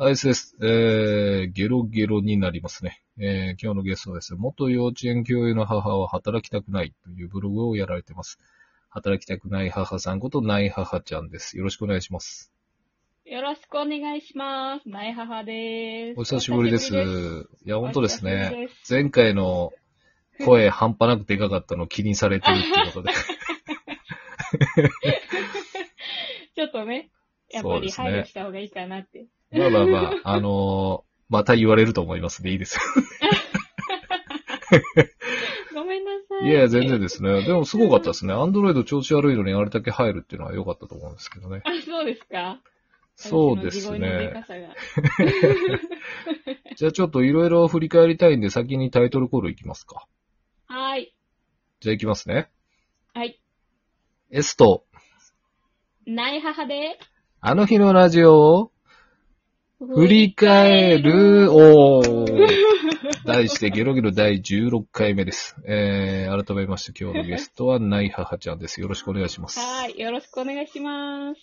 アイスです。えー、ゲロゲロになりますね。えー、今日のゲストはですね、元幼稚園教諭の母は働きたくないというブログをやられてます。働きたくない母さんことない母ちゃんです。よろしくお願いします。よろしくお願いします。ない母です。お久しぶりです。お久しぶりでいや、本当ですお久しぶね。りです前回の声半端なくでかかったの気にされてるって ことで。ちょっとね、やっそぱうでりす配慮ねし。た方がいいかなって。まあまあまあ、あのーまた言われると思いますね。いいです。ごめんなさい。いや、全然ですね。でもすごかったですね。アンドロイド調子悪いのにあれだけ入るっていうのは良かったと思うんですけどね。あ、そうですかそうです私の地声のでねか。さがじゃあちょっといろいろ振り返りたいんで先にタイトルコールいきますか。はーい。じゃあいきますね。はい。 S と、ない母で、あの日のラジオを振り返る、おー。 題してゲロゲロ第16回目です。えー、改めまして今日のゲストはない母ちゃんです。よろしくお願いします。はーい。よろしくお願いします。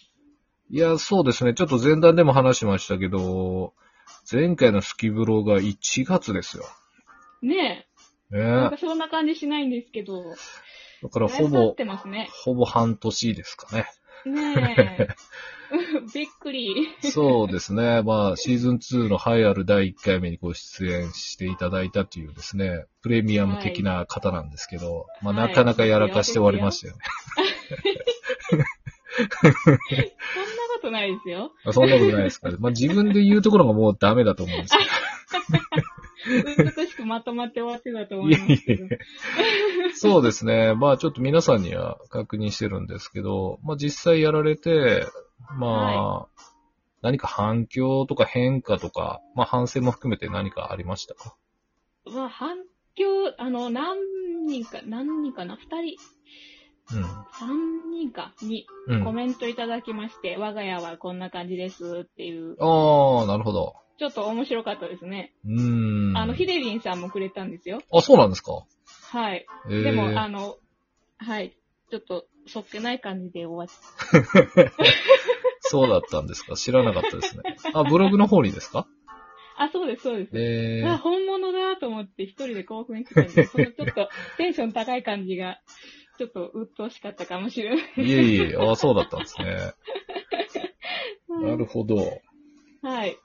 いや、そうですね。ちょっと前段でも話しましたけど、前回のスキブロが1月ですよ。ねねえ。え、なんかそんな感じしないんですけど、だからだいほぶ経っぼて、ますね。ほぼ半年ですかね。 ねえ。びっくり。そうですね。まあ、シーズン2の栄えある第1回目にご出演していただいたというですね、プレミアム的な方なんですけど、まあ、はいなかなかやらかして終わりましたよね。そんなことないですよ。あそんなことないですかね。まあ、自分で言うところがもうダメだと思うんですけど。美しくまとまって終わってたと思いますけど。 そうですね。まあちょっと皆さんには確認してるんですけど、まあ実際やられて、まあ、何か反響とか変化とか、まあ反省も含めて何かありましたかまあ、反響、あの、何人か、何人かな二人、三人かにうん。うコん。メントいただきまして、我が家はこんな感じですっていう、ああ、なるほど。ちょっと面白かったですね。うーん。あの、ヒデリンさんもくれたんですよ。あ、そうなんですかはい。ええでも、あの、はい。ちょっと、そっけない感じで終わっそうだったんですか知らなかったですね。あ、ブログの方にですかあ、そうです、そうです。ええあ、本物だと思って一人で興奮してたんで、そのちょっとテンション高い感じが、ちょっと鬱陶しかったかもしれない。いえいえ、ああ、そうだったんですね。なるほど。はい。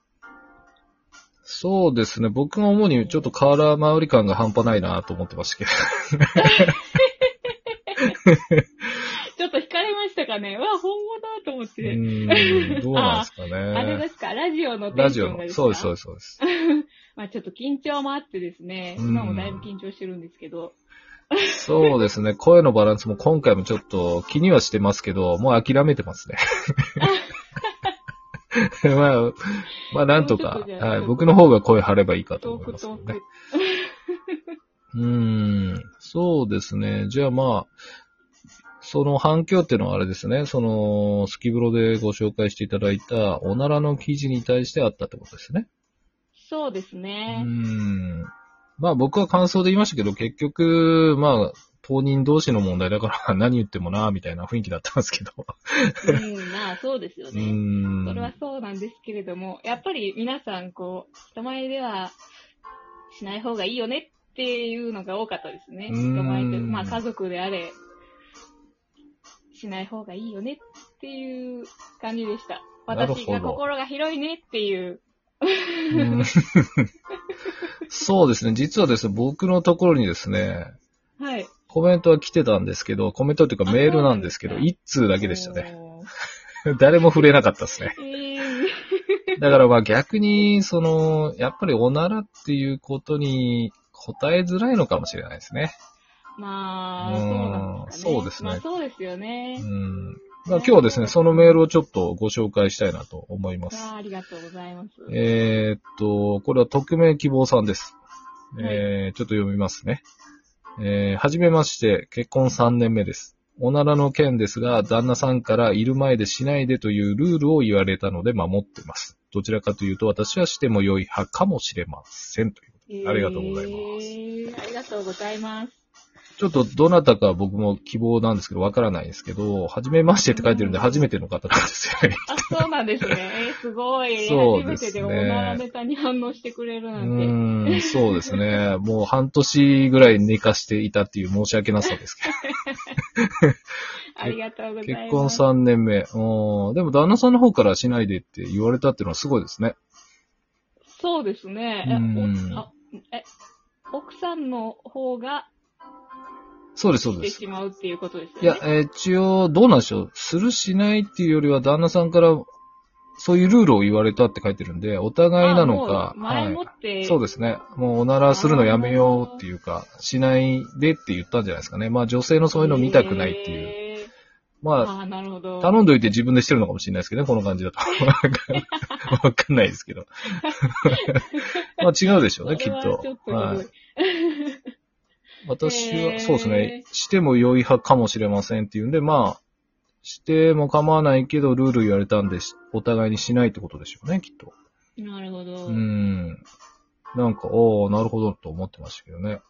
そうですね。僕が主にちょっとカーラー回り感が半端ないなと思ってましたけど。ちょっと惹かれましたかね。うわ、本物だと思っうて。ーん、どうなんですかあれでね。すか、ラジオのテランジシオョンがの。ですかそうです、そうです、そうです。まあちょっと緊張もあってですね、うん今もだいぶ緊張してるんですけど、そうですね。声のバランスも今回もちょっと気にはしてますけど、もう諦めてま すね。まあ、まあなんともうかちょっとじゃ、あはい、僕の方が声張ればいいかとト思ーいまクすトけどーねク。。うーん、そうですね。じゃあまあ、その反響っていうのはあれですね。その、スキブロでご紹介していただいた、おならの記事に対してあったってことですね。そうですうーね。ん。まあ僕は感想で言いましたけど、結局、まあ、当人同士の問題だから 何言ってもな、みたいな雰囲気だったんですけど。うん、まあそうですようーね。ん。それはそうなんですけれども、やっぱり皆さん、こう、人前ではしない方がいいよねっていうのが多かったですね。う人ん前で、まあ家族であれ、しない方がいいよねっていう感じでした。なるほど私が心が広いねっていううんそうですね。実はですね、僕のところにですね、はい。コメントは来てたんですけど、コメントっていうかメールなんですけど、あそうなん一通だけでしたね。おー。 誰も触れなかったですね。えだからまあ逆に、その、やっぱりおならっていうことに答えづらいのかもしれないですね。ー、まあ、そうなんですかね。うんそまあ、そうですねうですようね。ん。まあ今日はですね、そのメールをちょっとご紹介したいなと思いますあ。ーありがとうございます。えーっと、これは匿名希望さんです。はいえー、ちょっと読みますね。えー、はじめまして、結婚3年目です。おならの件ですが、旦那さんからいる前でしないでというルールを言われたので守ってます。どちらかというと私はしても良い派かもしれませんという。ありがとうございますえーありがとうございます。ちょっとどなたか僕も希望なんですけど、わからないですけど、初めましてって書いてるんで、初めての方なんですよね。あ、そうなんですね。えーすごい。そう初でめすてねでオーナーネタに反応してくれるうなんて。ーん、そうですね。もう半年ぐらい寝かしていたっていう申し訳なさですけど。ありがとうございます。結婚3年目。うんでも旦那さんの方からしないでって言われたっていうのはすごいですね。そうですね。えうんあえ奥さんの方がそうです、そうしでてす。しまうっていうことですいよやね。、えー一応、どうなんでしょう。するしないっていうよりは、旦那さんから、そういうルールを言われたって書いてるんで、お互いなのかあ、もう前もはって、い。そうですね。もうおならするのやめようっていうか、しないでって言ったんじゃないですかね。まあ女性のそういうの見たくないっていう。へーまああ、なるほあ、ど。頼んどいて自分でしてるのかもしれないですけどね、この感じだと。 わかんないですけど。まあ違うでしょうね、きっそれはとちょっ。とひどいはい。私へは、ーそうですね。しても良い派かもしれませんっていうんで、まあ、しても構わないけど、ルール言われたんでし、お互いにしないってことでしょうね、きっと。なるほど。うーん。なんか、おー、なるほどと思ってましたけどね。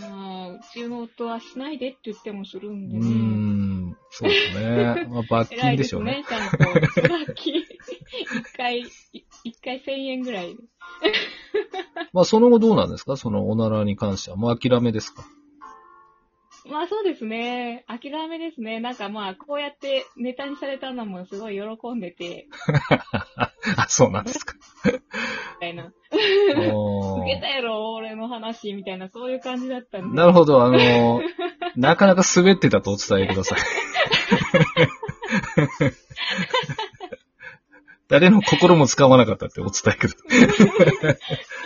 まあ、うちの夫はしないでって言ってもするうんでーね。ん、そうですね。まあ、罰偉金いででしすょうね。ね、ちゃんと。罰金。一回、い一回千円ぐらい。まあ、その後どうなんですかそのおならに関しては。もう諦めですか まあそうですね。諦めですね。なんかまあ、こうやってネタにされたのもすごい喜んでて、あ、そうなんですか。みたいな。 お受けーたやろ、俺の話、みたいな、そういう感じだったんで。なるほど、あのー、なかなか滑ってたとお伝えくだ さい。誰の心も掴まなかったってお伝えくださ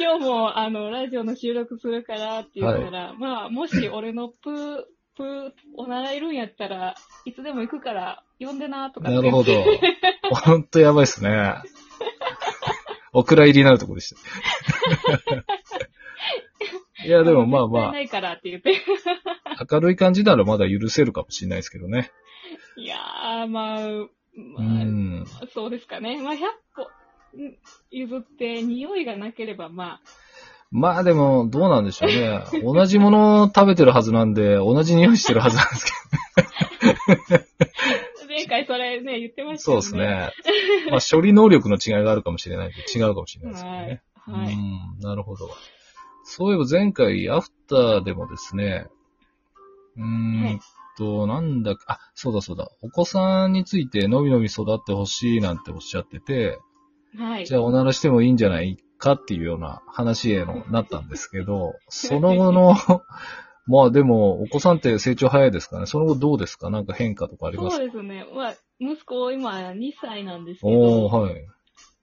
今日も、あの、ラジオの収録するからって言ったら、まあ、もし俺のプー、プー、おならいるんやったら、いつでも行くから、呼んでな、とかい。ってなるほど。ほんとやばいっすね。お蔵入りになるとこでした。いや、でもまあ絶対まないからって言って。あ、明るい感じならまだ許せるかもしれないですけどね。いやー、まあ、うまあ、ん。そうですかね。まあ、100歩ん譲って、匂いがなければ、まあ、まあでも、どうなんでしょうね。同じものを食べてるはずなんで、同じ匂いしてるはずなんですけ前回それね、言ってまど。したそうよね。です。ね。まあ処理能力の違いがあるかもしれないんで、違うかもしれないですけどね。はい。はうい。ん、なるほど。そういえば前回、アフターでもですね、うーはんいと、なんだか、あ、そうだそうだ、お子さんについてのびのび育ってほしいなんておっしゃってて、はい。じゃあおならしてもいいんじゃないかっていうような話へのなったんですけ ど、その後の、 まあでも、お子さんって成長早いですからね、その後どうですかなんか変化とかありますそうかですね。まあ、息子今2歳なんですけおー、ど、はい。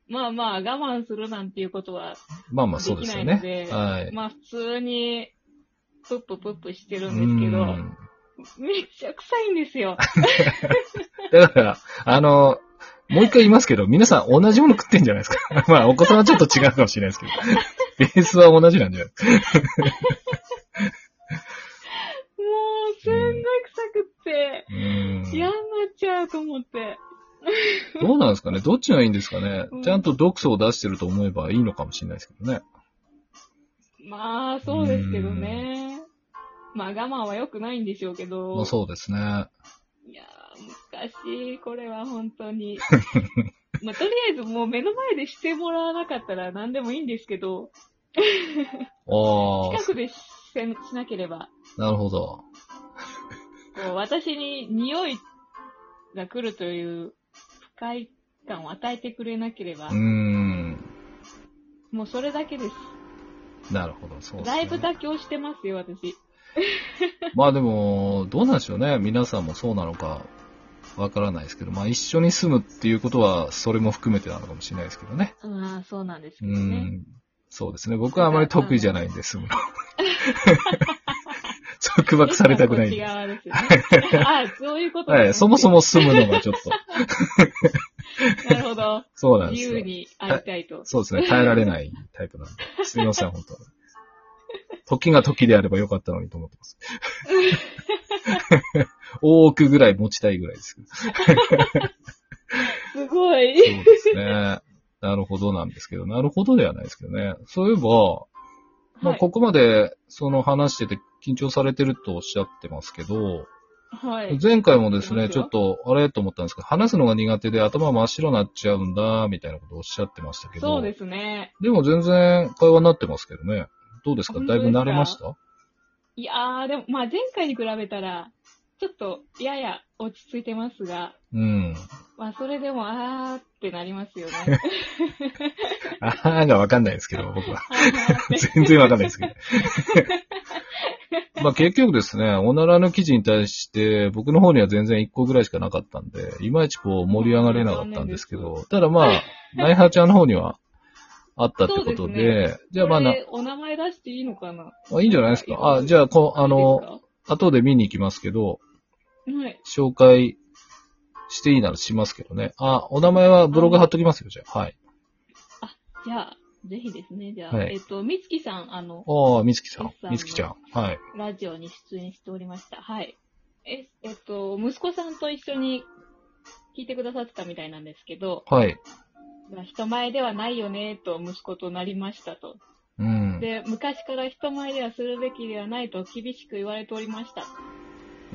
まあまあ我慢するなんていうことは、まあまあそうですよね。できはい。まあ普通に、プッププップしてうるんですけど、ん。めっちゃ臭いんですよ。だから、あの、もう一回言いますけど、皆さん同じもの食ってんじゃないですか。 まあ、お子さんはちょっと違うかもしれないですけど。 ベースは同じなんじゃなもいう、すんごい臭くって、うん嫌になっちゃうと思って。どうなんですかねどっちがいいんですかねうんちゃんと毒素を出してると思えばいいのかもしれないですけどね。まあ、そうですけどね。まあ我慢は良くないんでしょうけど。まあ、そうですね。いやー、難しい、これは本当 に。まあ、とりあえずもう目の前でしてもらわなかったら何でもいいんですけど、あ近くでしせんしなければ、あ、なるほど。こう私に匂いが来るという不快感を与えてくれなければうー、ん。もうそれだけです。なるほど、そうですだいぶね。妥協してますよ、私。まあでも、どうなんでしょうね。皆さんもそうなのか、わからないですけど、まあ一緒に住むっていうことは、それも含めてなのかもしれないですけどね。ああ、そうなんですうけどね。ん そうですね。僕はあまり得意じゃないんです。 束縛されたくないん違うで。ですよね。 ああ、そういうこと、ね。はい。そもそも。も住むのがちょっと、なるほど。そうなんで自す由よ。に会いたいと。そうですね。耐えられないタイプなんで。すみません、本当時が時であればよかったのにと思っ てます。多くぐらい持ちたいぐらいですけど。すごい。そうですね。なるほどなんですけど、なるほどではないですけどね。そういえば、まあ、はいここまで、その話してて緊張されてるとおっしゃってますけど、はい。前回もですね、そうですちょよっと、あれと思ったんですけど、話すのが苦手で頭真っ白になっちゃうんだ、みたいなことをおっしゃってましたけど、そうですね。でも全然会話になってますけどね。どうですか本だ当いですぶか慣れましたいやー、でも、まあ前回に比べたら、ちょっと、やや落ち着いてますが、うん。まあそれでも、あーってなりますよね。 あーがわかんないですけど、僕は。あーって 全然わかんないですけど。まあ結局ですね、おならの記事に対して、僕の方には全然1個ぐらいしかなかったんで、いまいちこう盛り上がれなかったんですけど、ただまあ、ナイハちゃんの方にはあったってことそうで、で じゃあまあなこ、れお名前出していいのかなあいいんじゃないですか。あ、じゃあこう、あの、後で見に行きますけど、いいですかはい。紹介していいならしますけどね。あ、お名前はブログ貼っときますよ、じゃあ。はい。じゃあ、ぜひですね、じゃあ、はいえっと、みつきさん、あの、ああ、みつきさんみつきさ。んみつきちゃん。はい。ラジオに出演しておりました。はい。え、えっと、息子さんと一緒に聞いてくださってたみたいなんですけど、はい。まあ人前ではないよね、と息子となりましたと。うん。で、昔から人前ではするべきではないと厳しく言われておりました。うん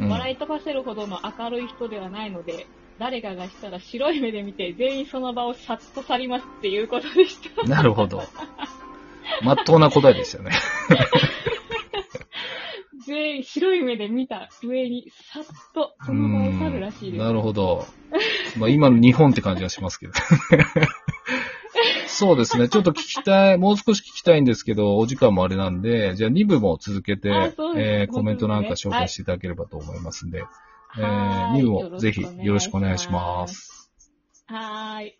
笑い飛ばせるほどの明るい人ではないので、誰かがしたら白い目で見て、全員その場をさっと去りますっていうことでした。 なるほど。まっとうな答えですよね。全員白い目で見た上に、さっとその場を去るらしいです。なるほど。まあ今の日本って感じがしますけど。そうですね。ちょっと聞きたい、もう少し聞きたいんですけど、お時間もあれなんで、じゃあ2部も続けて、あそうですえ本当ですねーコメントなんか紹介していただければと思いますんで、えはーー、い2部もぜひよろしくお願いしま。す。はーい。